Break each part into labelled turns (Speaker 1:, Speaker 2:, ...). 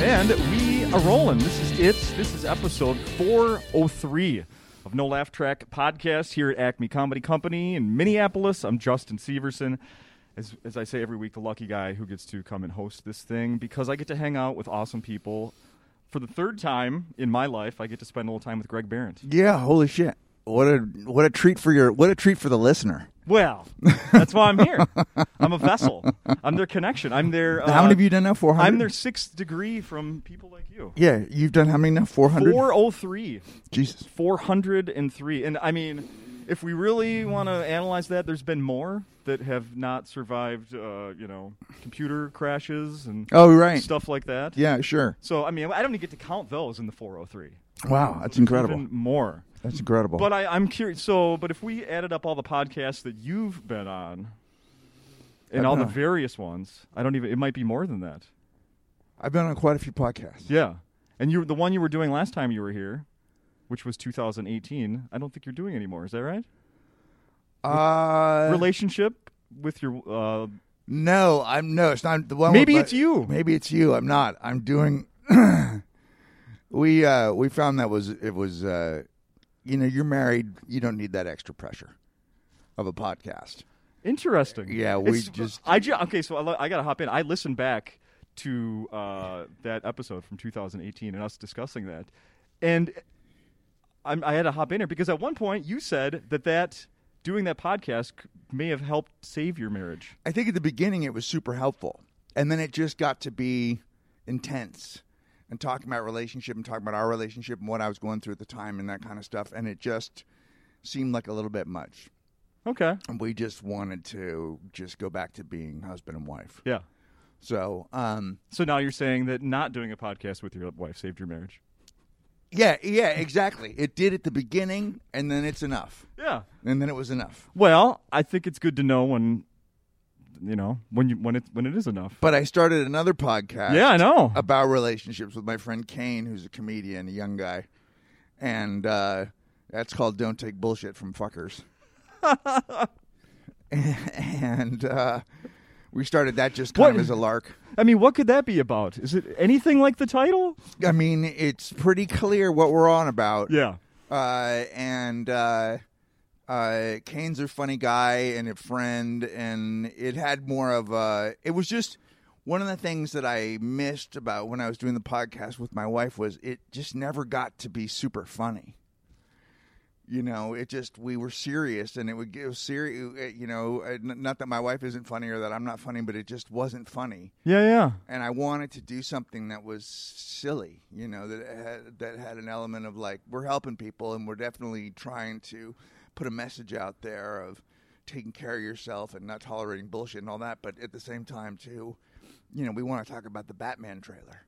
Speaker 1: And we are rolling. This is it's this is episode 403 of No Laugh Track podcast here at Acme Comedy Company in Minneapolis. I'm Justin Severson. As, as I say every week, the lucky guy who gets to come and host this thing because I get to hang out with awesome people. For the third time in my life, I get to spend a little time with Greg Barrett.
Speaker 2: Yeah, holy shit. What a what a treat for your what a treat for the listener.
Speaker 1: Well, that's why I'm here. I'm a vessel. I'm their connection. I'm their. Uh,
Speaker 2: how many have you done now? Four hundred.
Speaker 1: I'm their sixth degree from people like you.
Speaker 2: Yeah, you've done how many now? Four hundred.
Speaker 1: 403.
Speaker 2: Jesus.
Speaker 1: 403. And I mean, if we really want to analyze that, there's been more that have not survived, uh, you know, computer crashes and
Speaker 2: Oh right.
Speaker 1: stuff like that.
Speaker 2: Yeah, sure.
Speaker 1: So, I mean, I don't even get to count those in the 403.
Speaker 2: Wow, that's incredible.
Speaker 1: Even more.
Speaker 2: That's incredible.
Speaker 1: But I, I'm curious. So, but if we added up all the podcasts that you've been on and all the
Speaker 2: know.
Speaker 1: various ones, I don't even, it might be more than that.
Speaker 2: I've been on quite a few podcasts.
Speaker 1: Yeah. And you the one you were doing last time you were here, which was 2018. I don't think you're doing anymore. Is that right?
Speaker 2: Uh,
Speaker 1: Relationship with your uh
Speaker 2: no, I'm no. It's not the one.
Speaker 1: Maybe
Speaker 2: with-
Speaker 1: it's you.
Speaker 2: Maybe it's you. I'm not. I'm doing. we uh, we found that was it was uh, you know you're married. You don't need that extra pressure of a podcast.
Speaker 1: interesting.
Speaker 2: Yeah, we
Speaker 1: It's-
Speaker 2: just-
Speaker 1: I ju- okay, so I, lo- I got to hop in. I listened back to uh that episode from 2018 and us discussing that. And I'm, I had to hop in here because at one point you said that that doing that podcast c- may have helped save your marriage.
Speaker 2: I think at the beginning it was super helpful, and then it just got to be intense and talking about relationship and talking about our relationship and what I was going through at the time and that kind of stuff, and it just seemed like a little bit much.
Speaker 1: Okay.
Speaker 2: And we just wanted to just go back to being husband and wife.
Speaker 1: Yeah.
Speaker 2: So, um,
Speaker 1: So now you're saying that not doing a podcast with your wife saved your marriage.
Speaker 2: yeah, yeah, exactly. It did at the beginning, and then it's enough,
Speaker 1: Yeah.
Speaker 2: and then it was enough.
Speaker 1: Well, I think it's good to know when, you know, when you when it when it is enough.
Speaker 2: But I started another podcast.
Speaker 1: Yeah, I know.
Speaker 2: about relationships with my friend Kane, who's a comedian, a young guy, and uh, that's called "Don't Take Bullshit from Fuckers." and uh, we started that just kind of
Speaker 1: What-
Speaker 2: as a lark.
Speaker 1: I mean, what could that be about? Is it anything like the title?
Speaker 2: I mean, it's pretty clear what we're on about.
Speaker 1: Yeah.
Speaker 2: Uh, and uh, uh, Kane's a funny guy and a friend, and it had more of a. It was just one of the things that I missed about when I was doing the podcast with my wife was it just never got to be super funny. You know, it just we were serious, and it would give serious. You know, uh, n- not that my wife isn't funny or that I'm not funny, but it just wasn't funny
Speaker 1: Yeah, yeah.
Speaker 2: and I wanted to do something that was silly, you know, that had, that had an element of like we're helping people and we're definitely trying to put a message out there of taking care of yourself and not tolerating bullshit and all that, but at the same time too, you know, we want to talk about the Batman trailer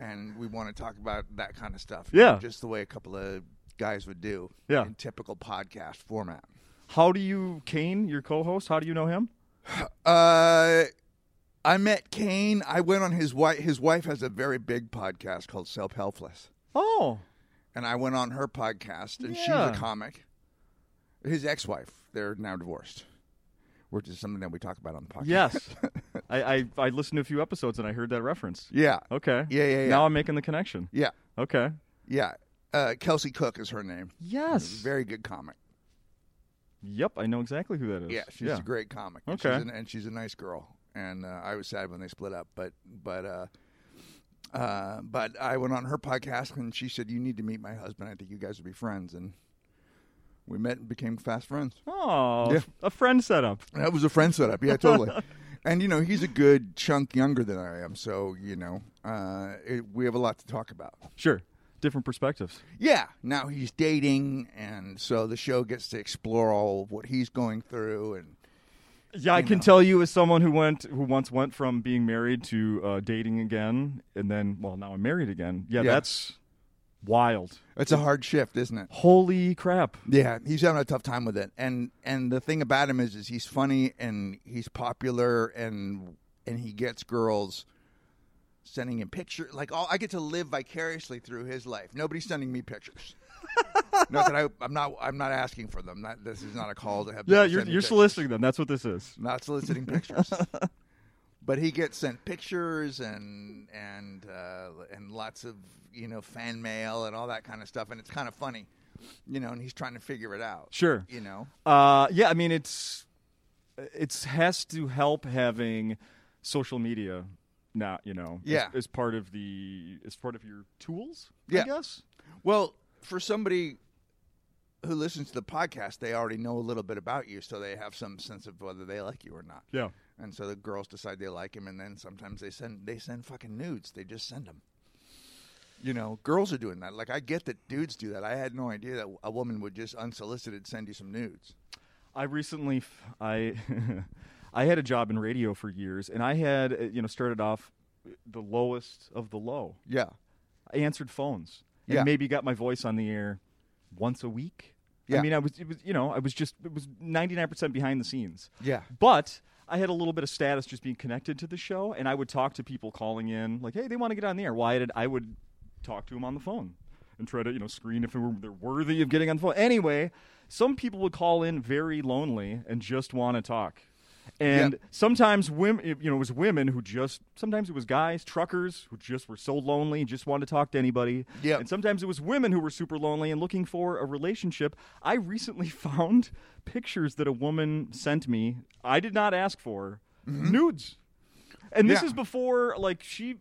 Speaker 2: and we want to talk about that kind of stuff. you
Speaker 1: Yeah.
Speaker 2: know, just the way a couple of guys would do
Speaker 1: Yeah.
Speaker 2: in typical podcast format.
Speaker 1: How do you Kane, your co-host? How do you know him?
Speaker 2: Uh, I met Kane. I went on his wife. His wife has a very big podcast called Self Helpless,
Speaker 1: Oh,
Speaker 2: and I went on her podcast, and
Speaker 1: Yeah.
Speaker 2: she's a comic. His ex-wife. They're now divorced, which is something that we talk about on the podcast.
Speaker 1: yes. I, I I listened to a few episodes and I heard that reference.
Speaker 2: Yeah.
Speaker 1: Okay.
Speaker 2: Yeah, yeah, yeah.
Speaker 1: Now I'm making the connection.
Speaker 2: Yeah.
Speaker 1: Okay.
Speaker 2: Yeah. Uh, Kelsey Cook is her name.
Speaker 1: Yes.
Speaker 2: Very good comic.
Speaker 1: Yep. I know exactly who that is.
Speaker 2: Yeah, she's a great comic. And
Speaker 1: Okay.
Speaker 2: she's an, and she's a nice girl. And uh, I was sad when they split up, but but uh, uh, but I went on her podcast and she said, "You need to meet my husband. I think you guys would be friends." And we met and became fast friends.
Speaker 1: Oh,
Speaker 2: Yeah.
Speaker 1: a friend setup.
Speaker 2: And That was a friend setup. Yeah, totally. and you know, he's a good chunk younger than I am, so you know, uh, it, we have a lot to talk about.
Speaker 1: Sure. Different perspectives.
Speaker 2: Yeah, now he's dating, and so the show gets to explore all of what he's going through and.
Speaker 1: Yeah, I can tell you as someone who went who once went from being married to uh, dating again, and then well, now I'm married again. Yeah,
Speaker 2: Yeah.
Speaker 1: that's wild.
Speaker 2: It's a hard shift, isn't it?
Speaker 1: Holy crap!
Speaker 2: Yeah, he's having a tough time with it. And and the thing about him is is he's funny and he's popular and and he gets girls sending him pictures. Like all I get to live vicariously through his life. Nobody's sending me pictures. not that I, I'm not I'm not asking for them. Not, this is not a call to have.
Speaker 1: Yeah, you're
Speaker 2: people send me
Speaker 1: you're
Speaker 2: pictures.
Speaker 1: soliciting them. That's what this is.
Speaker 2: Not soliciting pictures. But he gets sent pictures and and uh, and lots of you know fan mail and all that kind of stuff, and it's kind of funny, you know. And he's trying to figure it out.
Speaker 1: Sure.
Speaker 2: You know.
Speaker 1: Uh, yeah, I mean it's it's has to help having social media not you know as-
Speaker 2: Yeah.
Speaker 1: as, part of the as part of your tools. I
Speaker 2: Yeah.
Speaker 1: guess.
Speaker 2: Well, for somebody who listens to the podcast, they already know a little bit about you, so they have some sense of whether they like you or not.
Speaker 1: Yeah.
Speaker 2: And so the girls decide they like him, and then sometimes they send they send fucking nudes. They just send them. You know, girls are doing that. Like I get that dudes do that. I had no idea that a woman would just unsolicited send you some nudes.
Speaker 1: I recently, f- I, I had a job in radio for years, and I had uh, you know started off the lowest of the low.
Speaker 2: Yeah,
Speaker 1: I answered phones and
Speaker 2: Yeah.
Speaker 1: maybe got my voice on the air once a week. I
Speaker 2: Yeah.
Speaker 1: mean, I was, it was, you know, I was just, it was 99% behind the scenes.
Speaker 2: Yeah.
Speaker 1: But I had a little bit of status just being connected to the show, and I would talk to people calling in, like, hey, they want to get on the air. Why did I would talk to them on the phone and try to, you know, screen if they were- they're worthy of getting on the phone. Anyway, some people would call in very lonely and just want to talk. And
Speaker 2: Yeah.
Speaker 1: sometimes women, you know, it was women who just, sometimes it was guys, truckers who just were so lonely, just wanted to talk to anybody.
Speaker 2: Yeah.
Speaker 1: And sometimes it was women who were super lonely and looking for a relationship. I recently found pictures that a woman sent me. I did not ask for nudes. And this
Speaker 2: Mm-hmm. Yeah.
Speaker 1: is before, like she,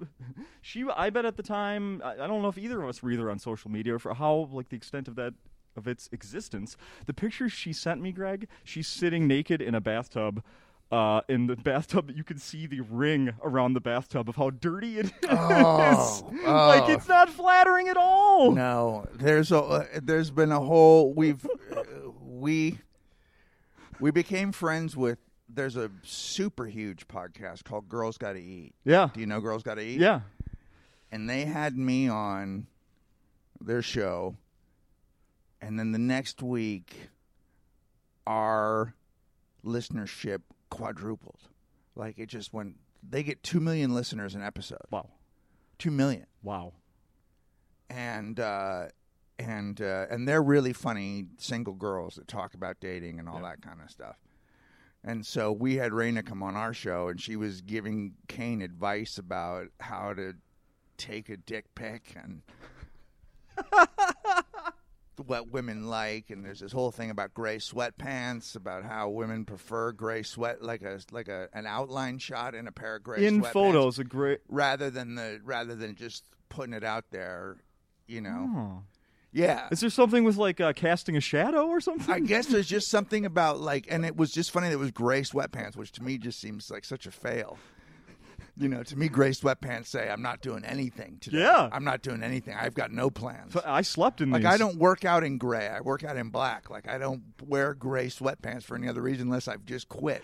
Speaker 1: she. I bet at the time, I, I don't know if either of us were either on social media or for how, like the extent of that, of its existence. The pictures she sent me, Greg, she's sitting naked in a bathtub. Uh, in the bathtub, you can see the ring around the bathtub of how dirty it is.
Speaker 2: Oh,
Speaker 1: Like
Speaker 2: oh.
Speaker 1: it's not flattering at all.
Speaker 2: No, there's a uh, there's been a whole we've uh, we we became friends with. There's a super huge podcast called Girls Got to Eat.
Speaker 1: Yeah.
Speaker 2: Do you know Girls Got to Eat?
Speaker 1: Yeah.
Speaker 2: and they had me on their show and then the next week our listenership quadrupled like it just went they get 2 million listeners an episode
Speaker 1: Wow.
Speaker 2: 2 million
Speaker 1: Wow.
Speaker 2: and uh and uh, and they're really funny single girls that talk about dating and all that kind of stuff. And so we had Raina come on our show, and she was giving Kane advice about how to take a dick pic and what women like. And there's this whole thing about gray sweatpants, about how women prefer gray sweat, like a like a an outline shot in a pair of gray
Speaker 1: In
Speaker 2: sweatpants
Speaker 1: photos, a great.
Speaker 2: rather than the rather than just putting it out there, you know.
Speaker 1: Oh.
Speaker 2: Yeah.
Speaker 1: Is there something with like uh, casting a shadow or something?
Speaker 2: I guess there's just something about like and it was just funny that it was gray sweatpants, which to me just seems like such a fail. You know, to me gray sweatpants say I'm not doing anything today.
Speaker 1: Yeah.
Speaker 2: I'm not doing anything. I've got no plans.
Speaker 1: F- I slept in
Speaker 2: Like
Speaker 1: these.
Speaker 2: I don't work out in gray. I work out in black. Like I don't wear gray sweatpants for any other reason unless I've just quit.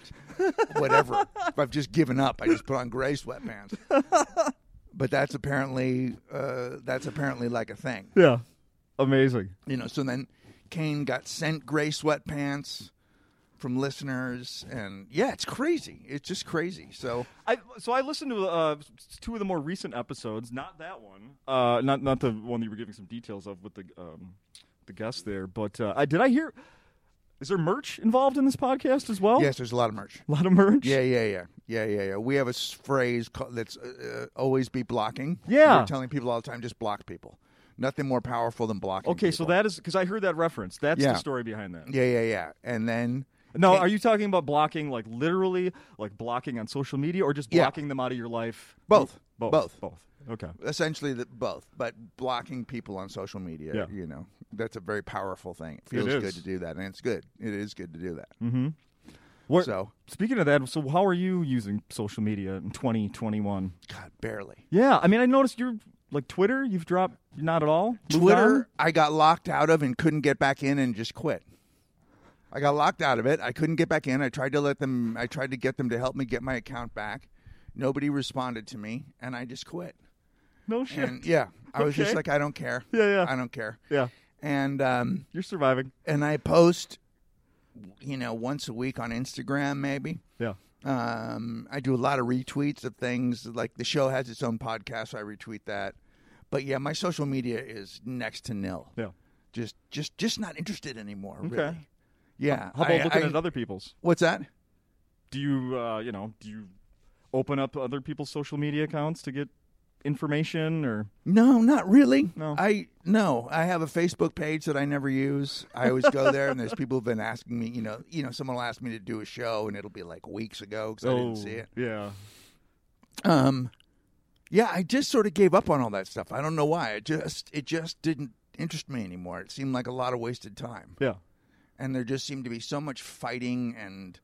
Speaker 2: Whatever. if I've just given up, I just put on gray sweatpants. but that's apparently uh, that's apparently like a thing.
Speaker 1: Yeah. Amazing.
Speaker 2: You know, so then Kane got sent gray sweatpants from listeners and yeah, it's crazy. It's just crazy. So
Speaker 1: I, so I listened to uh, two of the more recent episodes, not that one, uh, not not the one that you were giving some details of with the um, the guest there. But uh, I, did I hear? Is there merch involved in this podcast as well?
Speaker 2: yes, there's a lot of merch.
Speaker 1: a lot of merch.
Speaker 2: Yeah, yeah, yeah, yeah, yeah, yeah. We have a s- phrase ca- that's uh, uh, always be blocking.
Speaker 1: Yeah.
Speaker 2: we're telling people all the time, just block people. Nothing more powerful than blocking.
Speaker 1: Okay, so
Speaker 2: people.
Speaker 1: that is because I heard that reference. That's
Speaker 2: Yeah.
Speaker 1: the story behind that.
Speaker 2: Yeah, yeah, yeah. And then
Speaker 1: Now, are you talking about blocking, like literally, like blocking on social media, or just
Speaker 2: Yeah.
Speaker 1: blocking them out of your life?
Speaker 2: Both.
Speaker 1: both,
Speaker 2: Both.
Speaker 1: both. Okay.
Speaker 2: essentially the, both, but blocking people on social media.
Speaker 1: Yeah.
Speaker 2: you know that's a very powerful thing. It feels
Speaker 1: is. Mm-hmm.
Speaker 2: good to do that, and it's good. It is good to do that.
Speaker 1: What,
Speaker 2: So
Speaker 1: speaking of that, so how are you using social media in 2021?
Speaker 2: God, barely.
Speaker 1: Yeah, I mean, I noticed you're like Twitter. You've dropped not at all. Moved on?
Speaker 2: Twitter, I got locked out of and couldn't get back in and just quit. I got locked out of it. I couldn't get back in. I tried to let them, I tried to get them to help me get my account back. Nobody responded to me, and I just quit.
Speaker 1: No shit.
Speaker 2: And yeah, I was just
Speaker 1: Okay.
Speaker 2: like, I don't care.
Speaker 1: Yeah, yeah.
Speaker 2: I don't care.
Speaker 1: yeah,
Speaker 2: And um,
Speaker 1: you're surviving.
Speaker 2: and I post, you know, once a week on Instagram, maybe.
Speaker 1: Yeah.
Speaker 2: Um, I do a lot of retweets of things like the show has its own podcast, so I retweet that. But yeah, my social media is next to nil.
Speaker 1: Yeah.
Speaker 2: Just, just, just not interested anymore.
Speaker 1: Okay.
Speaker 2: Really. Yeah.
Speaker 1: How about
Speaker 2: I-
Speaker 1: looking
Speaker 2: I-
Speaker 1: at other people's?
Speaker 2: What's that?
Speaker 1: Do you, uh, you know, do you open up other people's social media accounts to get information or
Speaker 2: No, not really.
Speaker 1: No.
Speaker 2: I no. I have a Facebook page that I never use. I always go there, and there's people who've been asking me. You know, you know, someone will ask me to do a show, and it'll be like weeks ago because I didn't
Speaker 1: Oh.
Speaker 2: see it.
Speaker 1: yeah.
Speaker 2: Um, yeah, I just sort of gave up on all that stuff. I don't know why. It just it just didn't interest me anymore. It seemed like a lot of wasted time,
Speaker 1: Yeah.
Speaker 2: and there just seemed to be so much fighting, and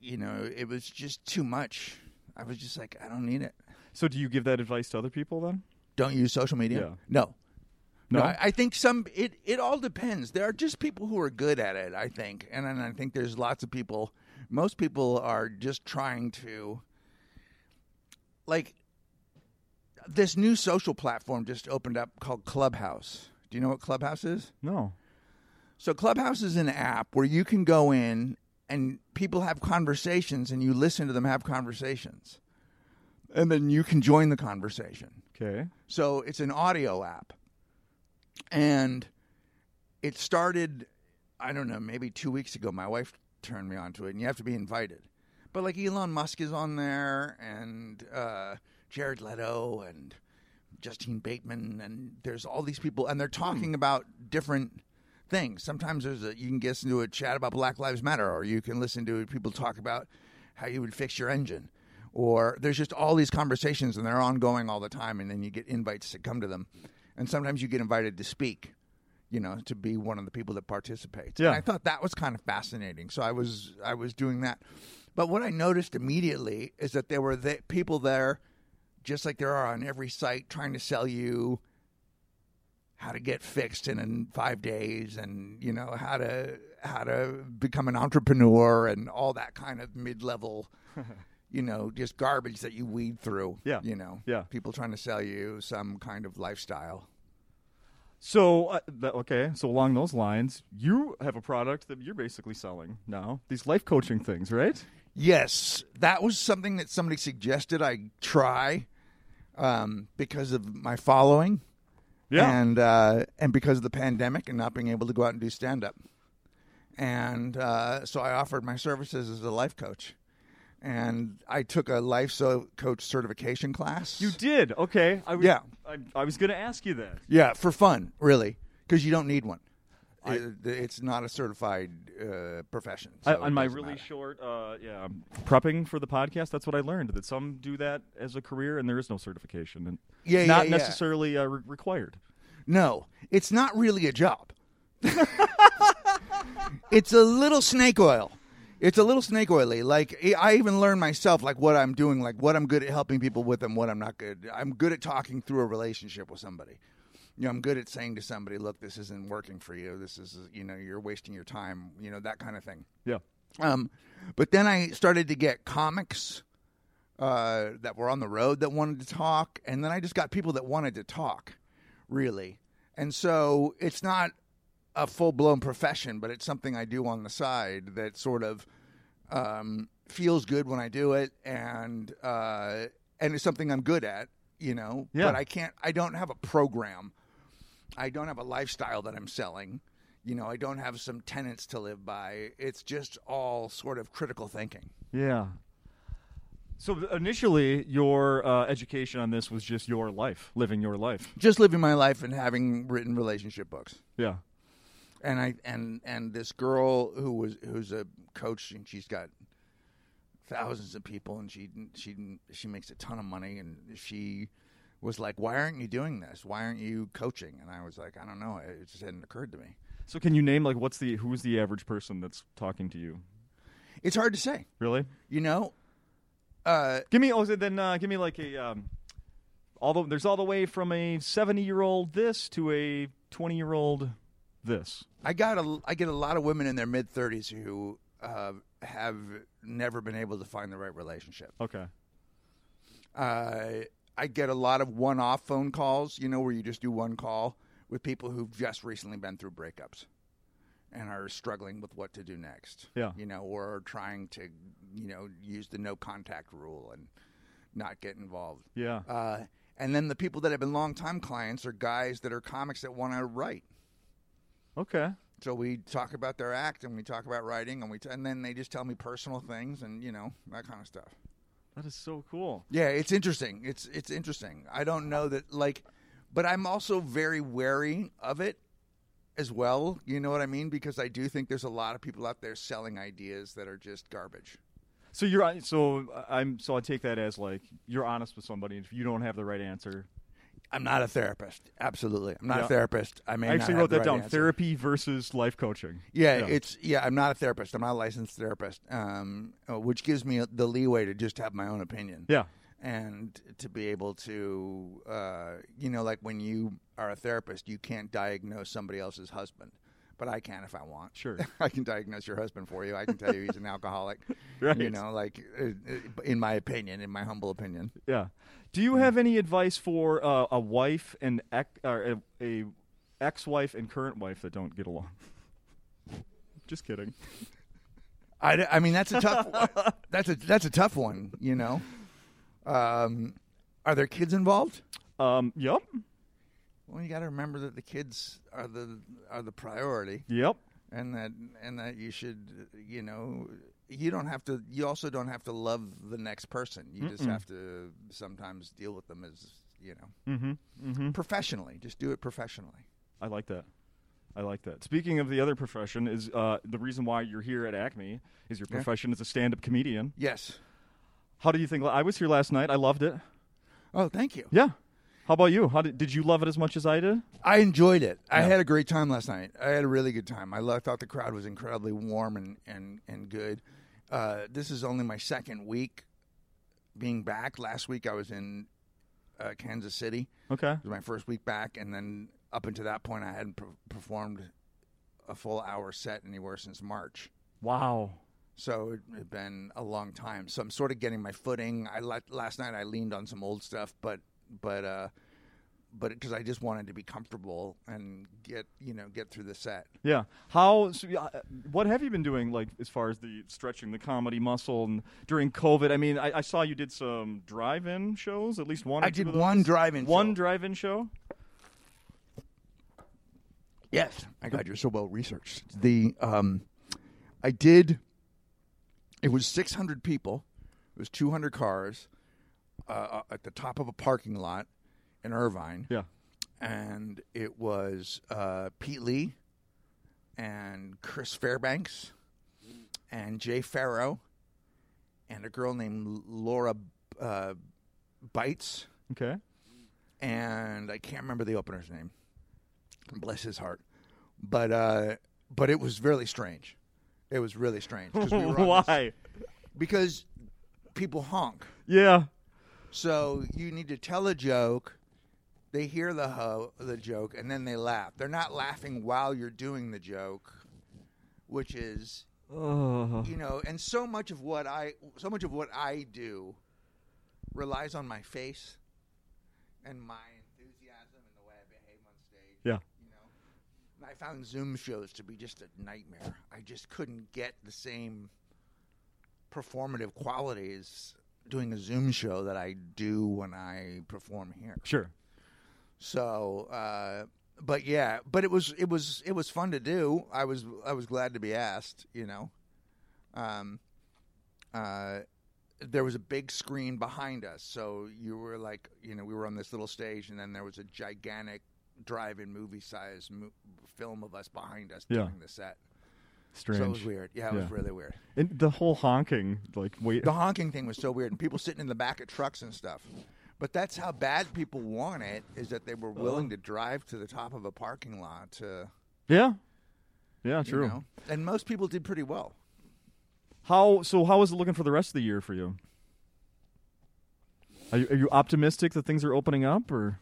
Speaker 2: you know, it was just too much. I was just like, I don't need it.
Speaker 1: So do you give that advice to other people then?
Speaker 2: Don't use social media.
Speaker 1: Yeah.
Speaker 2: No.
Speaker 1: No?
Speaker 2: I, I think some it it all depends. There are just people who are good at it, I think, and, and I think there's lots of people. Most people are just trying to, like, this new social platform just opened up called Clubhouse. Do you know what Clubhouse is?
Speaker 1: No.
Speaker 2: So Clubhouse is an app where you can go in and people have conversations, and you listen to them have conversations, and then you can join the conversation.
Speaker 1: Okay.
Speaker 2: So it's an audio app. And it started, I don't know, maybe two weeks ago. My wife turned me on to it, and you have to be invited. But like Elon Musk is on there, and uh, Jared Leto, and Justine Bateman, and there's all these people, and they're talking about different things. Sometimes there's a, you can get into a chat about Black Lives Matter, or you can listen to people talk about how you would fix your engine, or there's just all these conversations, and they're ongoing all the time, and then you get invites to come to them, and sometimes you get invited to speak. You know, to be one of the people that participates.
Speaker 1: Yeah.
Speaker 2: And I thought that was kind of fascinating. So I was I was doing that, but what I noticed immediately is that there were the, people there just like there are on every site trying to sell you how to get fixed in, in five days and you know how to how to become an entrepreneur and all that kind of mid-level you know just garbage that you weed through
Speaker 1: Yeah.
Speaker 2: you know
Speaker 1: Yeah.
Speaker 2: people trying to sell you some kind of lifestyle
Speaker 1: So uh, th- okay, so along those lines, you have a product that you're basically selling now. These life coaching things, right?
Speaker 2: Yes, that was something that somebody suggested I try um, because of my following,
Speaker 1: Yeah.
Speaker 2: and uh, and because of the pandemic and not being able to go out and do stand up, and uh, so I offered my services as a life coach, and I took a life so coach certification class.
Speaker 1: You did. Okay. I was,
Speaker 2: Yeah.
Speaker 1: I, I was going to ask you that.
Speaker 2: yeah, for fun, really, because you don't need one. It- it's not a certified uh, profession.
Speaker 1: I,
Speaker 2: so it
Speaker 1: on my
Speaker 2: doesn't
Speaker 1: really
Speaker 2: matter.
Speaker 1: short, uh, yeah, I'm prepping for the podcast, that's what I learned that some do that as a career, and there is no certification, and
Speaker 2: Yeah, yeah,
Speaker 1: not
Speaker 2: yeah.
Speaker 1: necessarily uh, re- required.
Speaker 2: No, it's not really a job. it's a little snake oil. It's a little snake oily. Like I- I even learned myself, like what I'm doing, like what I'm good at helping people with, and what I'm not good. I'm good at talking through a relationship with somebody. You know, I'm good at saying to somebody, "Look, this isn't working for you. This is, you know, you're wasting your time. You know, that kind of thing."
Speaker 1: Yeah,
Speaker 2: Um, but then I started to get comics uh, that were on the road that wanted to talk, and then I just got people that wanted to talk, really. And so it's not a full blown profession, but it's something I do on the side that sort of um, feels good when I do it, and uh, and it's something I'm good at, you know.
Speaker 1: Yeah.
Speaker 2: But I can't. I don't have a program. I don't have a lifestyle that I'm selling. You know, I don't have some tenants to live by. It's just all sort of critical thinking.
Speaker 1: yeah. So th- initially, your uh, education on this was just your life, living your life.
Speaker 2: Just living my life and having written relationship books.
Speaker 1: Yeah,
Speaker 2: And I and and this girl who was who's a coach and she's got thousands of people and she she she makes a ton of money and she was like, "Why aren't you doing this? Why aren't you coaching?" And I was like, "I don't know. It just hadn't occurred to me.
Speaker 1: So can you name like what's the who's the average person that's talking to you?
Speaker 2: It's hard to say,
Speaker 1: Really?
Speaker 2: you know." Uh,
Speaker 1: Give me oh so then uh, give me like a um, all the there's all the way from a seventy year old this to a twenty year old this.
Speaker 2: I got a I get a lot of women in their mid thirties who uh, have never been able to find the right relationship.
Speaker 1: Okay.
Speaker 2: Uh, I get a lot of one off phone calls, you know, where you just do one call with people who've just recently been through breakups and are struggling with what to do next.
Speaker 1: Yeah.
Speaker 2: you know, or trying to you know use the no contact rule and not get involved.
Speaker 1: Yeah.
Speaker 2: Uh, and then the people that have been longtime clients are guys that are comics that want to write.
Speaker 1: Okay.
Speaker 2: So we talk about their act and we talk about writing and we t- and then they just tell me personal things and you know that kind of stuff.
Speaker 1: That is so cool.
Speaker 2: Yeah, it's interesting. It's it's interesting. I don't know that like, but I'm also very wary of it as well. You know what I mean? Because I do think there's a lot of people out there selling ideas that are just garbage.
Speaker 1: So you're on- so I'm so I take that as like you're honest with somebody. and If you don't have the right answer,
Speaker 2: I'm not a therapist. Absolutely, I'm not
Speaker 1: Yeah.
Speaker 2: a therapist. I may
Speaker 1: I
Speaker 2: not
Speaker 1: actually
Speaker 2: have
Speaker 1: wrote
Speaker 2: the
Speaker 1: that
Speaker 2: right
Speaker 1: down.
Speaker 2: answer.
Speaker 1: Therapy versus life coaching.
Speaker 2: Yeah, it's yeah. I'm not a therapist. I'm not a licensed therapist, um, uh, which gives me the leeway to just have my own opinion.
Speaker 1: yeah.
Speaker 2: and to be able to, uh, you know, like when you are a therapist, you can't diagnose somebody else's husband, but I can if I want.
Speaker 1: Sure.
Speaker 2: I can diagnose your husband for you. I can tell you he's an alcoholic.
Speaker 1: Right.
Speaker 2: You know, like uh, uh, in my opinion, in my humble opinion.
Speaker 1: Yeah. Do you have any advice for uh, a wife and ec- or a, a ex-wife and current wife that don't get along? Just kidding.
Speaker 2: I, d- I mean that's a tough one. that's a that's a tough one. You know, um, are there kids involved?
Speaker 1: Um, yep.
Speaker 2: Well, you got to remember that the kids are the are the priority,
Speaker 1: Yep.
Speaker 2: and that and that you should, you know, you don't have to. You also don't have to love the next person. You just have to sometimes deal with them as you know
Speaker 1: Mm-hmm. Mm-hmm.
Speaker 2: professionally. Just do it professionally.
Speaker 1: I like that. I like that. Speaking of the other profession, is uh, the reason why you're here at Acme is your
Speaker 2: Yeah.
Speaker 1: profession as a stand-up comedian.
Speaker 2: Yes.
Speaker 1: How do you think? I was here last night. I loved it.
Speaker 2: Oh, thank you.
Speaker 1: Yeah. How about you? How did, did you love it as much as I did?
Speaker 2: I enjoyed it. I
Speaker 1: Yeah.
Speaker 2: had a great time last night. I had a really good time. I lo- thought the crowd was incredibly warm and and and good. Uh, this is only my second week being back. Last week I was in uh, Kansas City.
Speaker 1: Okay.
Speaker 2: It was my first week back, and then up until that point I hadn't per- performed a full hour set anywhere since March.
Speaker 1: Wow.
Speaker 2: So it had been a long time. So I'm sort of getting my footing. I let, last night I leaned on some old stuff, but but uh, but because I just wanted to be comfortable and get you know get through the set.
Speaker 1: Yeah. How? So, uh, what have you been doing, like as far as the stretching the comedy muscle and during COVID? I mean, I, I saw you did some drive-in shows, at least one. or
Speaker 2: I
Speaker 1: two
Speaker 2: did
Speaker 1: of those.
Speaker 2: one drive-in.
Speaker 1: One
Speaker 2: show.
Speaker 1: drive-in show.
Speaker 2: yes. My God, you're so well researched. The um, I did. It was 600 people. It was 200 cars uh, at the top of a parking lot in Irvine.
Speaker 1: Yeah.
Speaker 2: and it was uh, Pete Lee and Chris Fairbanks and Jay Farrow and a girl named Laura uh, Bites
Speaker 1: Okay.
Speaker 2: and I can't remember the opener's name. Bless his heart, but uh, but it was really strange. It was really strange 'cause we were on this-
Speaker 1: Why?
Speaker 2: because people honk.
Speaker 1: Yeah.
Speaker 2: So you need to tell a joke. They hear the ho- the joke and then they laugh. They're not laughing while you're doing the joke, which is
Speaker 1: Ugh.
Speaker 2: you know. And so much of what I so much of what I do relies on my face and my enthusiasm and the way I behave on stage.
Speaker 1: Yeah.
Speaker 2: You know, And I found Zoom shows to be just a nightmare. I just couldn't get the same performative qualities doing a Zoom show that I do when I perform here.
Speaker 1: Sure.
Speaker 2: So, uh, but yeah, but it was it was it was fun to do. I was I was glad to be asked. You know, um, uh, there was a big screen behind us, so you were like, you know, we were on this little stage, and then there was a gigantic drive-in movie-sized mo- film of us behind us
Speaker 1: Yeah.
Speaker 2: doing the set.
Speaker 1: Strange.
Speaker 2: So it was weird. Yeah, it was
Speaker 1: Yeah.
Speaker 2: really weird.
Speaker 1: And the whole honking, like wait.
Speaker 2: The honking thing was so weird, and people sitting in the back of trucks and stuff. But that's how bad people want it is that they were willing to drive to the top of a parking lot to
Speaker 1: yeah. Yeah.
Speaker 2: you
Speaker 1: True.
Speaker 2: know. And most people did pretty well.
Speaker 1: How? So how is it looking for the rest of the year for you? Are you, are you optimistic that things are opening up, or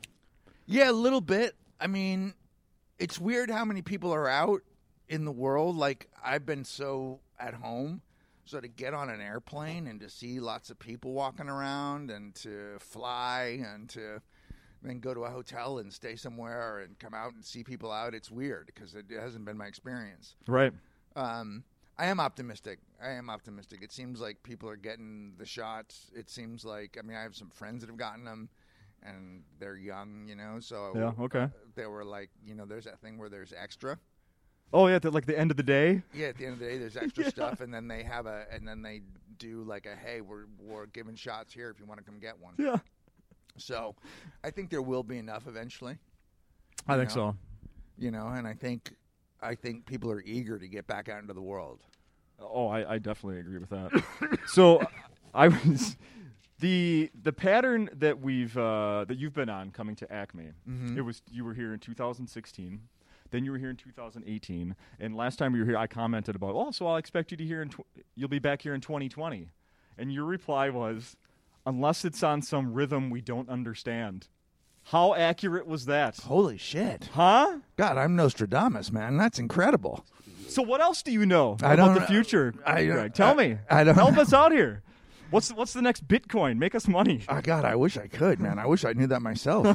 Speaker 2: Yeah, a little bit. I mean, it's weird how many people are out in the world. Like I've been so at home, so to get on an airplane and to see lots of people walking around and to fly and to then go to a hotel and stay somewhere and come out and see people out, it's weird because it hasn't been my experience.
Speaker 1: right?
Speaker 2: Um, I am optimistic. I am optimistic. It seems like people are getting the shots. It seems like I mean I have some friends that have gotten them, and they're young, you know. So
Speaker 1: Yeah, okay.
Speaker 2: they were like, you know, there's that thing where there's extra.
Speaker 1: Oh yeah, at the, like the end of the day.
Speaker 2: Yeah, at the end of the day, there's extra stuff, and then they have a, and then they do like a hey, we're we're giving shots here if you want to come get one.
Speaker 1: Yeah,
Speaker 2: So, I think there will be enough eventually,
Speaker 1: I think
Speaker 2: Yeah.
Speaker 1: so.
Speaker 2: you know, and I think I think people are eager to get back out into the world.
Speaker 1: Oh, I, I definitely agree with that. so I was the the pattern that we've uh, that you've been on coming to Acme. It was you were here in 2016. Then you were here in 2018, and last time you were here, I commented about, "Oh, so I'll expect you to here in tw- you'll be back here in 2020," and your reply was, "Unless it's on some rhythm we don't understand." How accurate was that?
Speaker 2: Holy shit.
Speaker 1: Huh?
Speaker 2: God, I'm Nostradamus, man. That's incredible.
Speaker 1: So what else do you know
Speaker 2: I
Speaker 1: about
Speaker 2: don't-
Speaker 1: the future?
Speaker 2: I don't-
Speaker 1: Greg? Tell
Speaker 2: I-
Speaker 1: me.
Speaker 2: I don't
Speaker 1: help
Speaker 2: know.
Speaker 1: us out here. What's what's the next Bitcoin? Make us money.
Speaker 2: Oh, God, I wish I could, man. I wish I knew that myself.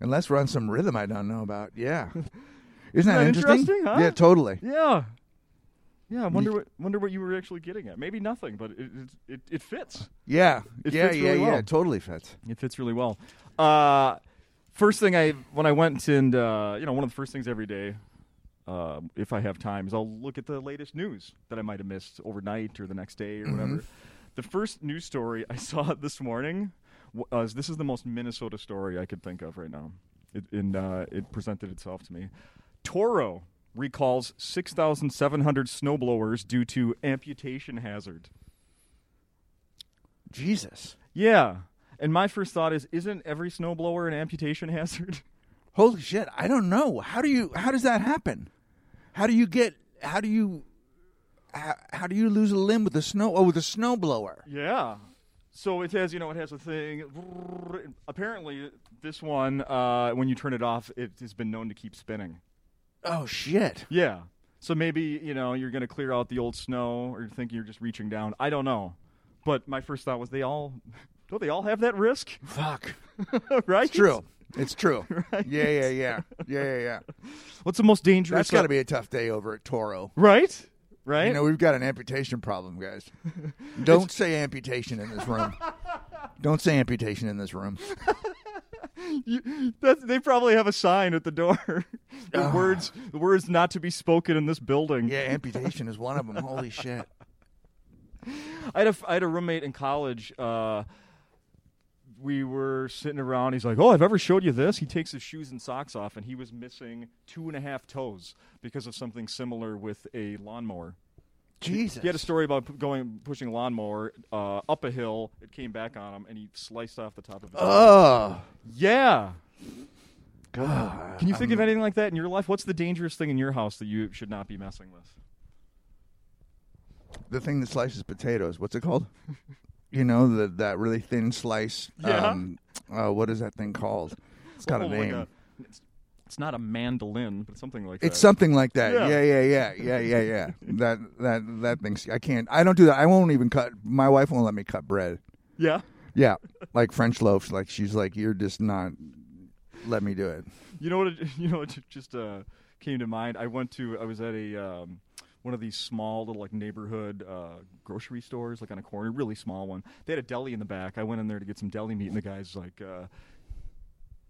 Speaker 2: Unless we're on some rhythm I don't know about. Yeah. Isn't, that,
Speaker 1: that
Speaker 2: interesting?
Speaker 1: interesting, huh?
Speaker 2: Yeah, totally.
Speaker 1: Yeah, yeah. I wonder what wonder what you were actually getting at. Maybe nothing, but it it, it, it fits.
Speaker 2: Yeah.
Speaker 1: It
Speaker 2: yeah,
Speaker 1: fits
Speaker 2: yeah,
Speaker 1: really
Speaker 2: yeah.
Speaker 1: well.
Speaker 2: It totally fits.
Speaker 1: It fits really well. Uh, first thing I when I went and uh, you know one of the first things every day, uh, if I have time, is I'll look at the latest news that I might have missed overnight or the next day or whatever. The first news story I saw this morning was this is the most Minnesota story I could think of right now. It, and uh, it presented itself to me. Toro recalls 6,700 snowblowers due to amputation hazard.
Speaker 2: Jesus.
Speaker 1: Yeah. And my first thought is, isn't every snowblower an amputation hazard?
Speaker 2: Holy shit. I don't know. How do you how does that happen? How do you get how do you how, how do you lose a limb with a snow oh with a snow blower?
Speaker 1: yeah. So it has, you know, it has a thing. Apparently, this one, uh, when you turn it off, it has been known to keep spinning.
Speaker 2: Oh shit.
Speaker 1: Yeah. So maybe, you know, you're going to clear out the old snow or you're thinking you're just reaching down. I don't know. But my first thought was, they all, don't they all have that risk?
Speaker 2: Fuck.
Speaker 1: right?
Speaker 2: It's true. It's true. Yeah, yeah, yeah. Yeah, yeah, yeah.
Speaker 1: What's the most dangerous? uh,
Speaker 2: That's got to be a tough day over at Toro.
Speaker 1: Right? Right?
Speaker 2: You know, we've got an amputation problem, guys. Don't say amputation in this room. Don't say amputation in this room.
Speaker 1: You, that, they probably have a sign at the door. the
Speaker 2: Ah.
Speaker 1: words, the words not to be spoken in this building.
Speaker 2: Yeah, amputation is one of them. Holy shit.
Speaker 1: I had a, f- I had a roommate in college. Uh, we were sitting around. He's like, "Oh, I've ever showed you this." He takes his shoes and socks off, and he was missing two and a half toes because of something similar with a lawnmower.
Speaker 2: Jesus.
Speaker 1: He had a story about p- going pushing a lawnmower uh, up a hill. It came back on him, and he sliced off the top of his.
Speaker 2: Oh,
Speaker 1: yeah.
Speaker 2: God.
Speaker 1: Can you think of anything like that in your life? What's the dangerous thing in your house that you should not be messing with?
Speaker 2: the thing that slices potatoes. What's it called? You know, the, that really thin slice.
Speaker 1: Yeah.
Speaker 2: Um, uh, what is that thing called? It's got
Speaker 1: Oh,
Speaker 2: a
Speaker 1: like
Speaker 2: name.
Speaker 1: it's, it's not a mandolin, but something like
Speaker 2: It's
Speaker 1: that.
Speaker 2: something like that.
Speaker 1: Yeah.
Speaker 2: Yeah, yeah, yeah, yeah, yeah, yeah. that that that thing's. I can't. I don't do that. I won't even cut. My wife won't let me cut bread.
Speaker 1: yeah.
Speaker 2: Yeah, like French loaves. Like she's like, you're just not. Let me do it.
Speaker 1: You know what? It, you know what ju- just uh, came to mind. I went to. I was at a um, one of these small little like neighborhood uh, grocery stores, like on a corner, really small one. They had a deli in the back. I went in there to get some deli meat, and the guy's like. Uh,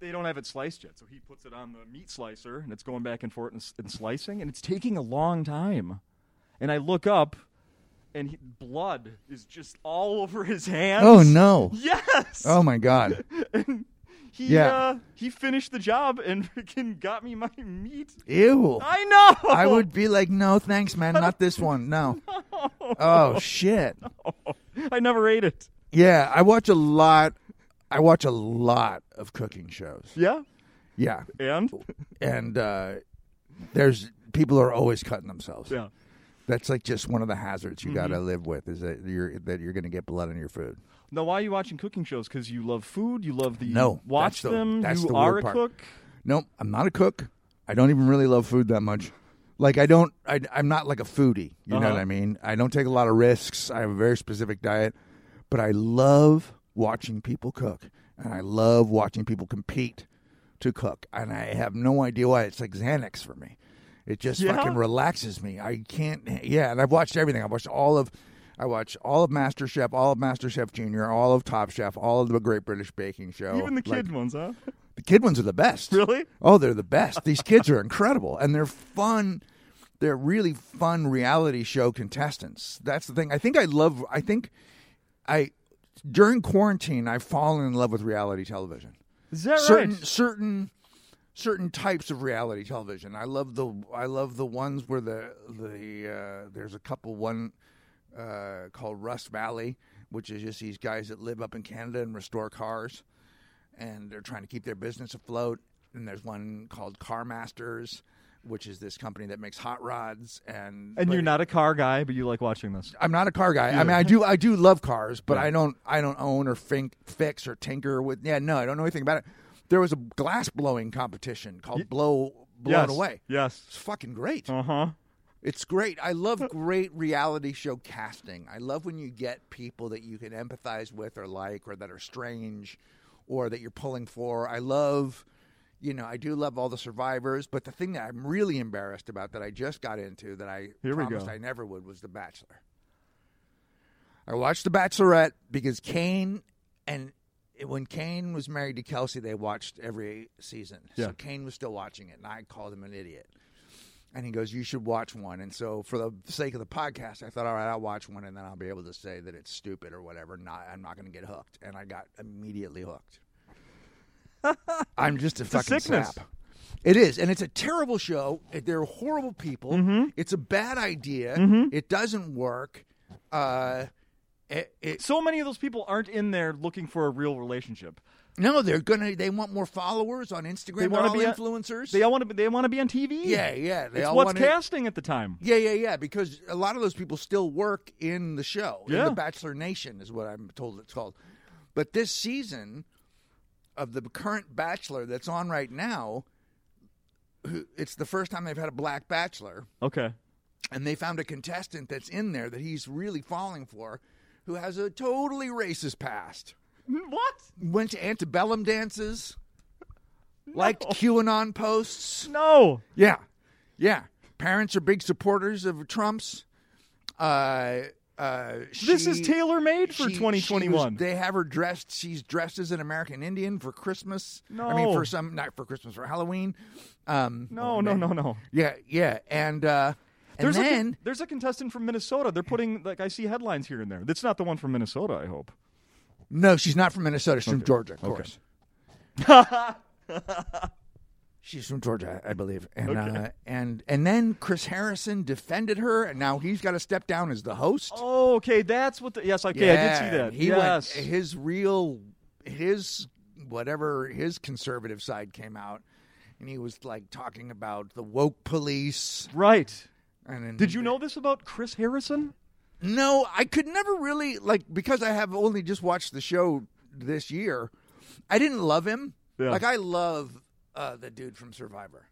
Speaker 1: they don't have it sliced yet, so he puts it on the meat slicer, and it's going back and forth and, s- and slicing, and it's taking a long time. And I look up, and he, blood is just all over his hands.
Speaker 2: Oh no!
Speaker 1: Yes.
Speaker 2: Oh my god!
Speaker 1: He
Speaker 2: Yeah.
Speaker 1: uh, he finished the job and freaking got me my meat.
Speaker 2: Ew!
Speaker 1: I know.
Speaker 2: I would be like, no, thanks, man. Not this one. No. Oh shit!
Speaker 1: I never ate it.
Speaker 2: Yeah, I watch a lot. I watch a lot of cooking shows.
Speaker 1: Yeah.
Speaker 2: Yeah,
Speaker 1: And
Speaker 2: and uh, there's people are always cutting themselves.
Speaker 1: yeah.
Speaker 2: That's like just one of the hazards you got to live with is that you're that you're going to get blood on your food.
Speaker 1: Now, why are you watching cooking shows? Because you love food. You love the
Speaker 2: No,
Speaker 1: Watch
Speaker 2: that's the-
Speaker 1: them.
Speaker 2: that's
Speaker 1: you
Speaker 2: the
Speaker 1: are
Speaker 2: weird
Speaker 1: a
Speaker 2: part.
Speaker 1: cook.
Speaker 2: Nope, I'm not a cook. I don't even really love food that much. Like I don't, I, I'm not like a foodie. You know
Speaker 1: Uh-huh.
Speaker 2: what I mean? I don't take a lot of risks. I have a very specific diet, but I love watching people cook, and I love watching people compete to cook. And I have no idea why it's like Xanax for me. It just
Speaker 1: Yeah?
Speaker 2: fucking relaxes me. I can't. Yeah, and I've watched everything. I watched all of, I watched all of MasterChef, all of MasterChef Junior, all of Top Chef, all of the Great British Baking Show.
Speaker 1: Even the
Speaker 2: Like,
Speaker 1: kid ones, huh?
Speaker 2: the kid ones are the best.
Speaker 1: Really?
Speaker 2: Oh, they're the best. These kids are incredible, and they're fun they're really fun reality show contestants. That's the thing. I think I love. I think I during quarantine I've fallen in love with reality television.
Speaker 1: Is that
Speaker 2: certain
Speaker 1: right?
Speaker 2: certain certain types of reality television. I love the I love the ones where the the uh, there's a couple one uh, called Rust Valley, which is just these guys that live up in Canada and restore cars, and they're trying to keep their business afloat. And there's one called Car Masters, which is this company that makes hot rods and
Speaker 1: And
Speaker 2: but-
Speaker 1: you're not a car guy, but you like watching this.
Speaker 2: I'm not a car guy. I mean, I do I do love cars, but I don't I don't own or think, fix or tinker with. Yeah, no, I don't know anything about it. There was a glass blowing competition called Blow Blown
Speaker 1: yes.
Speaker 2: Away.
Speaker 1: Yes.
Speaker 2: It's fucking great.
Speaker 1: Uh huh.
Speaker 2: It's great. I love great reality show casting. I love when you get people that you can empathize with or like or that are strange or that you're pulling for. I love, you know, I do love all the survivors, but the thing that I'm really embarrassed about that I just got into that I
Speaker 1: Here we
Speaker 2: promised
Speaker 1: go.
Speaker 2: I never would was The Bachelor. I watched The Bachelorette because Kane and when Kane was married to Kelsey, they watched every season.
Speaker 1: Yeah.
Speaker 2: So Kane was still watching it, and I called him an idiot. And he goes, "You should watch one." And so, for the sake of the podcast, I thought, "All right, I'll watch one, and then I'll be able to say that it's stupid or whatever. Not, I'm not going to get hooked." And I got immediately hooked. I'm just a
Speaker 1: a
Speaker 2: fucking
Speaker 1: sickness.
Speaker 2: sap. It is, and it's a terrible show. They're horrible people.
Speaker 1: Mm-hmm.
Speaker 2: It's a bad idea. It doesn't work. Uh, it, it,
Speaker 1: So many of those people aren't in there looking for a real relationship.
Speaker 2: no, they're gonna. They want more followers on Instagram. They
Speaker 1: wanna
Speaker 2: want
Speaker 1: be a-
Speaker 2: influencers.
Speaker 1: They all want to. Be, they want to be on TV.
Speaker 2: yeah, yeah. They
Speaker 1: It's
Speaker 2: all
Speaker 1: what's
Speaker 2: wanna-
Speaker 1: casting at the time.
Speaker 2: Yeah, yeah, yeah. Because a lot of those people still work in the show. In
Speaker 1: Yeah.
Speaker 2: the Bachelor Nation is what I'm told it's called. But this season of the current Bachelor that's on right now, who- it's the first time they've had a black Bachelor,
Speaker 1: Okay.
Speaker 2: and they found a contestant that's in there that he's really falling for, who has a totally racist past.
Speaker 1: What?
Speaker 2: Went to antebellum dances, liked QAnon posts.
Speaker 1: No.
Speaker 2: Yeah, yeah. Parents are big supporters of Trump's. Uh, uh,
Speaker 1: This
Speaker 2: she-
Speaker 1: is tailor made for
Speaker 2: she- she was-
Speaker 1: 2021.
Speaker 2: they have her dressed. She's dressed as an American Indian for Christmas. I
Speaker 1: No.
Speaker 2: mean for some, not for Christmas, for Halloween. Um,
Speaker 1: no, no, no, no.
Speaker 2: yeah, yeah, and uh, and
Speaker 1: There's a
Speaker 2: then
Speaker 1: con- there's a contestant from Minnesota. They're putting like I see headlines here and there. That's not the one from Minnesota. I hope.
Speaker 2: no, she's not from Minnesota. She's from Georgia, of course. She's from Georgia, I I believe, and uh, and and then Chris Harrison defended her, and now he's got to step down as the host.
Speaker 1: Oh, okay. That's what. The, yes. Okay. I did see that.
Speaker 2: He
Speaker 1: yes.
Speaker 2: went, his real, his whatever his conservative side came out, and he was like talking about the woke police.
Speaker 1: right.
Speaker 2: And then,
Speaker 1: Did you know this about Chris Harrison?
Speaker 2: No, I could never really like because I have only just watched the show this year. I didn't love him.
Speaker 1: Yeah.
Speaker 2: Like I love uh, the dude from Survivor.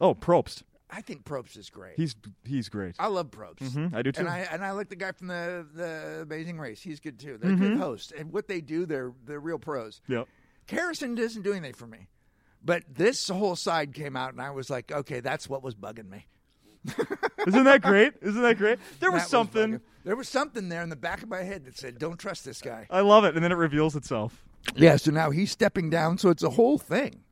Speaker 1: Oh, Probst.
Speaker 2: I think Probst is great.
Speaker 1: He's he's great.
Speaker 2: I love Probst.
Speaker 1: Mhm, I do too.
Speaker 2: And I and I like the guy from the the Amazing Race. He's good too. They're
Speaker 1: Mm-hmm.
Speaker 2: good hosts, and what they do, they're they're real pros.
Speaker 1: yep.
Speaker 2: Harrison doesn't do anything for me. But this whole side came out, and I was like, okay, that's what was bugging me.
Speaker 1: Isn't that great? Isn't that great? There
Speaker 2: That
Speaker 1: was something.
Speaker 2: bugging- There was something there in the back of my head that said, don't trust this guy.
Speaker 1: I love it, and then it reveals itself.
Speaker 2: Yeah, so now he's stepping down. So it's a whole thing.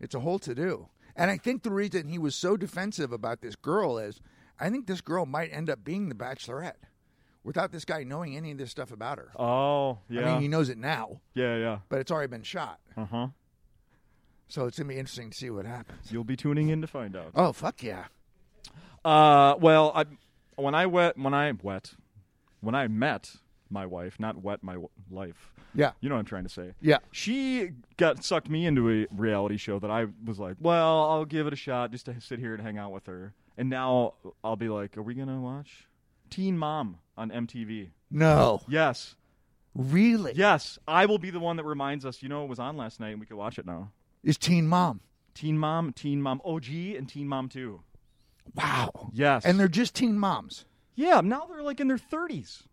Speaker 2: It's a whole to do. And I think the reason he was so defensive about this girl is I think this girl might end up being the bachelorette without this guy knowing any of this stuff about her.
Speaker 1: Oh, yeah,
Speaker 2: I mean, he knows it now,
Speaker 1: yeah, yeah.
Speaker 2: but it's already been shot.
Speaker 1: Uh huh.
Speaker 2: So it's going to be interesting to see what happens.
Speaker 1: You'll be tuning in to find out.
Speaker 2: Oh, fuck yeah.
Speaker 1: Uh, well, I, when I wet, when I wet, when I met my wife, not wet my w- life.
Speaker 2: Yeah.
Speaker 1: You know what I'm trying to say.
Speaker 2: Yeah.
Speaker 1: She got sucked me into a reality show that I was like, well, I'll give it a shot just to sit here and hang out with her. And now I'll be like, are we gonna watch Teen Mom on MTV?
Speaker 2: No.
Speaker 1: Yes.
Speaker 2: Really?
Speaker 1: Yes, I will be the one that reminds us. You know, it was on last night, and we could watch it now.
Speaker 2: Is Teen Mom.
Speaker 1: Teen Mom, Teen Mom OG, and Teen Mom 2.
Speaker 2: Wow.
Speaker 1: Yes,
Speaker 2: And they're just teen moms.
Speaker 1: yeah. Now they're like in their thirties.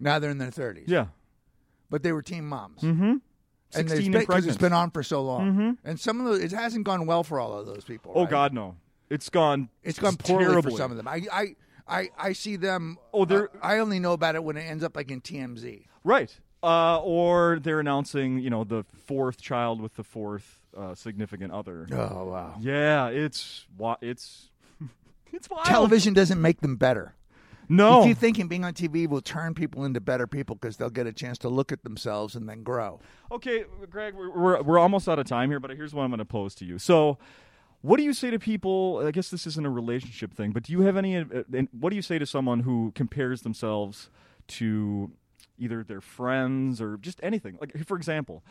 Speaker 2: Now they're in their 30s.
Speaker 1: Yeah,
Speaker 2: But they were teen moms.
Speaker 1: mm-hmm.
Speaker 2: And
Speaker 1: Sixteen
Speaker 2: it's
Speaker 1: and,
Speaker 2: been- 'cause
Speaker 1: pregnant. Mm-hmm.
Speaker 2: it's been on for so long. And some of those, it hasn't gone well for all of those people.
Speaker 1: oh
Speaker 2: right?
Speaker 1: God, no! It's gone.
Speaker 2: It's gone poorly
Speaker 1: terribly.
Speaker 2: for some of them. I, I, I, I see them.
Speaker 1: Oh, they're-
Speaker 2: uh, I only know about it when it ends up like in TMZ.
Speaker 1: Right. Uh, or they're announcing, you know, the fourth child with the Oh, fourth uh, significant other.
Speaker 2: Oh wow.
Speaker 1: Yeah, it's wa- it's It's wild.
Speaker 2: Television doesn't make them better. You
Speaker 1: No.
Speaker 2: keep thinking being on TV will turn people into better people because they'll get a chance to look at themselves and then grow.
Speaker 1: Okay, Greg, we're, we're, we're almost out of time here, but here's what I'm going to pose to you. So, what do you say to people? I guess this isn't a relationship thing, but do you have any? uh, and What do you say to someone who compares themselves to either their friends or just anything? Like, for example,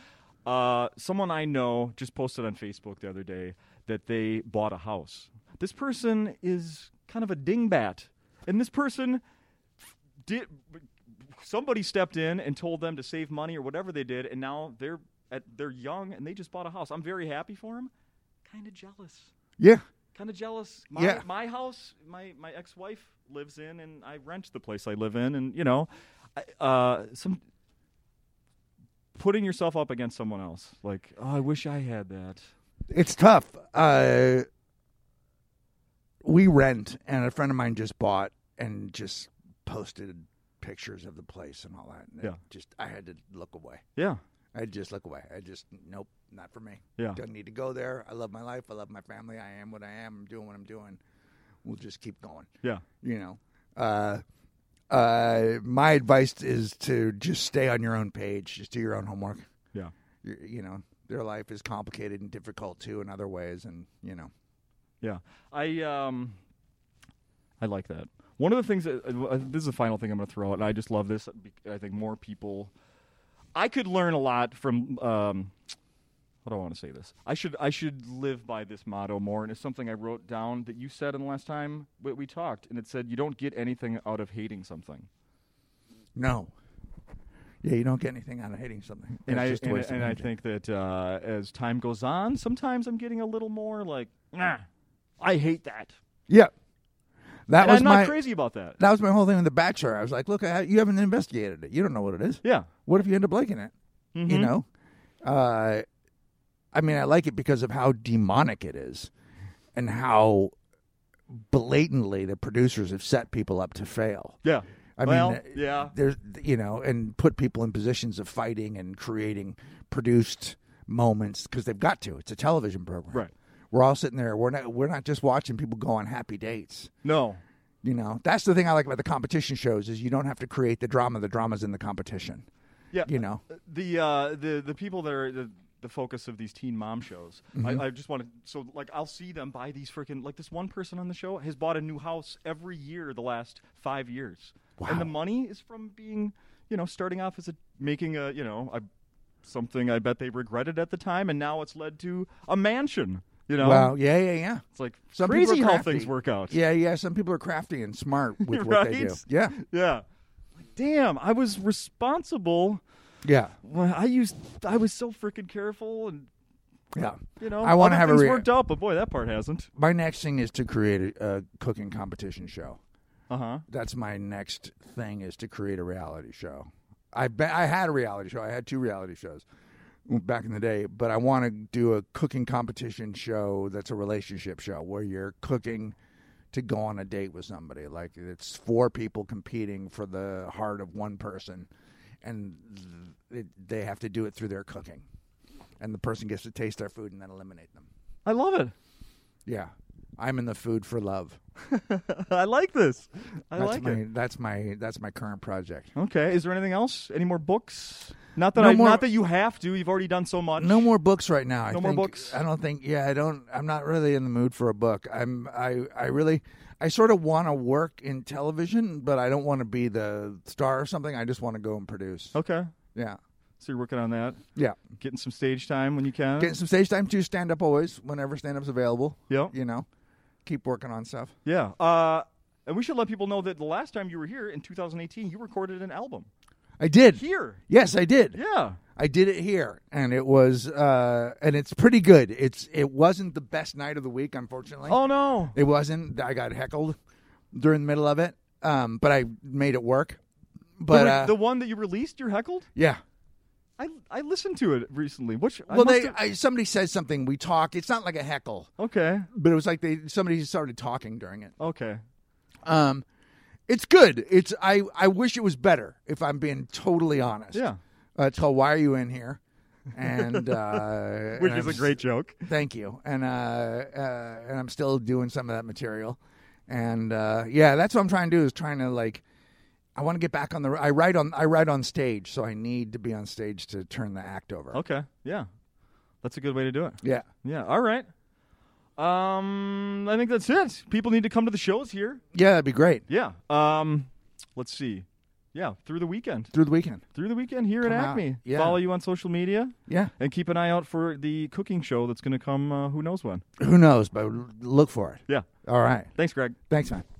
Speaker 1: uh, someone I know just posted on Facebook the other day that they bought a house. This person is kind of a dingbat, and this person did somebody stepped in and told them to save money or whatever they did, and now they're at, they're young and they just bought a house. I'm very happy for them. Kind of jealous.
Speaker 2: Yeah.
Speaker 1: Kind of jealous. My,
Speaker 2: Yeah.
Speaker 1: my house, my my ex wife lives in, and I rent the place I live in, and you know, I, uh, some putting yourself up against someone else. Like, oh, I wish I had that.
Speaker 2: It's tough. Uh, we rent, and a friend of mine just bought and just posted pictures of the place and all that. And it
Speaker 1: Yeah.
Speaker 2: Just I had to look away.
Speaker 1: Yeah.
Speaker 2: I had to just look away. I just nope, not for me.
Speaker 1: Yeah.
Speaker 2: Don't need to go there. I love my life. I love my family. I am what I am. I'm doing what I'm doing. We'll just keep going.
Speaker 1: Yeah.
Speaker 2: You know. Uh, uh, my advice is to just stay on your own page. Just do your own homework
Speaker 1: Yeah.
Speaker 2: you, you know their life is complicated and difficult too in other ways and you know
Speaker 1: Yeah, I um, I like that. One of the things that uh, this is the final thing I'm going to throw out, and I just love this. uh, be- I think more people, I could learn a lot from. Um, how do I want to say this? I should I should live by this motto more, and it's something I wrote down that you said in the last time we, we talked, and it said you don't get anything out of hating something.
Speaker 2: no yeah you don't get anything out of hating something
Speaker 1: and
Speaker 2: That's
Speaker 1: I
Speaker 2: just a
Speaker 1: and,
Speaker 2: waste of
Speaker 1: and I
Speaker 2: energy.
Speaker 1: think that uh, as time goes on, sometimes I'm getting a little more like, nah, I hate that,
Speaker 2: yeah that
Speaker 1: and
Speaker 2: was
Speaker 1: I'm not
Speaker 2: my
Speaker 1: crazy about that.
Speaker 2: that was my whole thing with the bachelor i was like look I, you haven't investigated it you don't know what it is
Speaker 1: Yeah,
Speaker 2: what if you end up liking it you
Speaker 1: Mhm.
Speaker 2: know uh i mean i like it because of how demonic it is and how blatantly the producers have set people up to fail
Speaker 1: yeah.
Speaker 2: I
Speaker 1: well,
Speaker 2: mean, uh,
Speaker 1: yeah.
Speaker 2: there's you know, and put people in positions of fighting and creating produced moments because they've got to. It's a television program,
Speaker 1: Right.
Speaker 2: We're all sitting there. We're not. We're not just watching people go on happy dates.
Speaker 1: No.
Speaker 2: You know, that's the thing I like about the competition shows is you don't have to create the drama. The drama's in the competition.
Speaker 1: Yeah.
Speaker 2: You know.
Speaker 1: The uh, the the people that are the, the focus of these teen mom shows.
Speaker 2: Mm-hmm.
Speaker 1: I, I just want to. So like, I'll see them buy these freaking like this one person on the show has bought a new house every year the last five years, and the
Speaker 2: Wow.
Speaker 1: money is from being you know starting off as a making a you know I something I bet they regretted at the time, and now it's led to a mansion. You know,
Speaker 2: Wow. Yeah. Yeah. Yeah.
Speaker 1: it's like
Speaker 2: Some people
Speaker 1: Um, crazy
Speaker 2: are
Speaker 1: how
Speaker 2: crafty.
Speaker 1: things work out.
Speaker 2: Yeah. Yeah. Some people are crafty and smart with what they do.
Speaker 1: Right?
Speaker 2: Yeah.
Speaker 1: yeah. Like, damn, I was responsible.
Speaker 2: Yeah.
Speaker 1: Well, I used I was so freaking careful, and
Speaker 2: Yeah.
Speaker 1: you know
Speaker 2: I wanna
Speaker 1: other
Speaker 2: have a
Speaker 1: things
Speaker 2: rea-
Speaker 1: worked out, but boy, that part hasn't.
Speaker 2: My next thing is to create a, a cooking competition show.
Speaker 1: Uh huh.
Speaker 2: that's my next thing is to create a reality show. I be, I had a reality show. I had two reality shows back in the day, but I want to do a cooking competition show that's a relationship show where you're cooking to go on a date with somebody. Like it's four people competing for the heart of one person and it, they have to do it through their cooking. And the person gets to taste our food and then eliminate them.
Speaker 1: I love it.
Speaker 2: Yeah. I'm in the food for love.
Speaker 1: I like this. I
Speaker 2: that's
Speaker 1: like
Speaker 2: my
Speaker 1: it.
Speaker 2: that's my that's my current project.
Speaker 1: Okay. Is there anything else? Any more books? Not that
Speaker 2: No
Speaker 1: I.
Speaker 2: more-
Speaker 1: Not that you have to. You've already done so much.
Speaker 2: No more books right now. I
Speaker 1: No
Speaker 2: think,
Speaker 1: more books?
Speaker 2: I don't think. Yeah, I don't. I'm not really in the mood for a book. I'm. I. I really. I sort of want to work in television, but I don't want to be the star or something. I just want to go and produce.
Speaker 1: Okay.
Speaker 2: Yeah.
Speaker 1: So you're working on that,
Speaker 2: Yeah.
Speaker 1: getting some stage time when you can.
Speaker 2: Getting some stage time too. Stand up always whenever stand up's available.
Speaker 1: Yep.
Speaker 2: You know, keep working on stuff.
Speaker 1: yeah. Uh, and we should let people know that the last time you were here in 2018, you recorded an album
Speaker 2: I did.
Speaker 1: here.
Speaker 2: Yes, I did.
Speaker 1: Yeah.
Speaker 2: I did it here, and it was. Uh, and it's pretty good. It's. It wasn't the best night of the week, unfortunately.
Speaker 1: Oh no.
Speaker 2: It wasn't. I got heckled during the middle of it, um, but I made it work. But
Speaker 1: the,
Speaker 2: uh,
Speaker 1: the one that you released, you're heckled.
Speaker 2: yeah,
Speaker 1: I I listened to it recently. Which I
Speaker 2: well,
Speaker 1: must
Speaker 2: they
Speaker 1: have-
Speaker 2: I, somebody says something. We talk. It's not like a heckle,
Speaker 1: okay.
Speaker 2: but it was like they somebody started talking during it.
Speaker 1: Okay.
Speaker 2: Um, it's good. It's I I wish it was better. If I'm being totally honest,
Speaker 1: Yeah.
Speaker 2: Uh, it's called "Why Are You In Here," and uh,
Speaker 1: Which
Speaker 2: and
Speaker 1: is
Speaker 2: I'm
Speaker 1: a great joke.
Speaker 2: Thank you, and uh, uh, and I'm still doing some of that material, and uh, yeah, that's what I'm trying to do is trying to like. I want to get back on the. I write on. I write on stage, so I need to be on stage to turn the act over.
Speaker 1: Okay. Yeah. That's a good way to do it.
Speaker 2: Yeah.
Speaker 1: Yeah. All right. Um, I think that's it. People need to come to the shows here.
Speaker 2: Yeah, that'd be great.
Speaker 1: Yeah. Um, let's see. Yeah, through the weekend.
Speaker 2: Through the weekend.
Speaker 1: Through the weekend here
Speaker 2: Come
Speaker 1: at
Speaker 2: out.
Speaker 1: Acme.
Speaker 2: Yeah.
Speaker 1: Follow you on social media
Speaker 2: Yeah.
Speaker 1: and keep an eye out for the cooking show that's going to come uh, who knows when.
Speaker 2: Who knows, but look for it.
Speaker 1: Yeah.
Speaker 2: All right.
Speaker 1: Thanks, Greg.
Speaker 2: Thanks, man.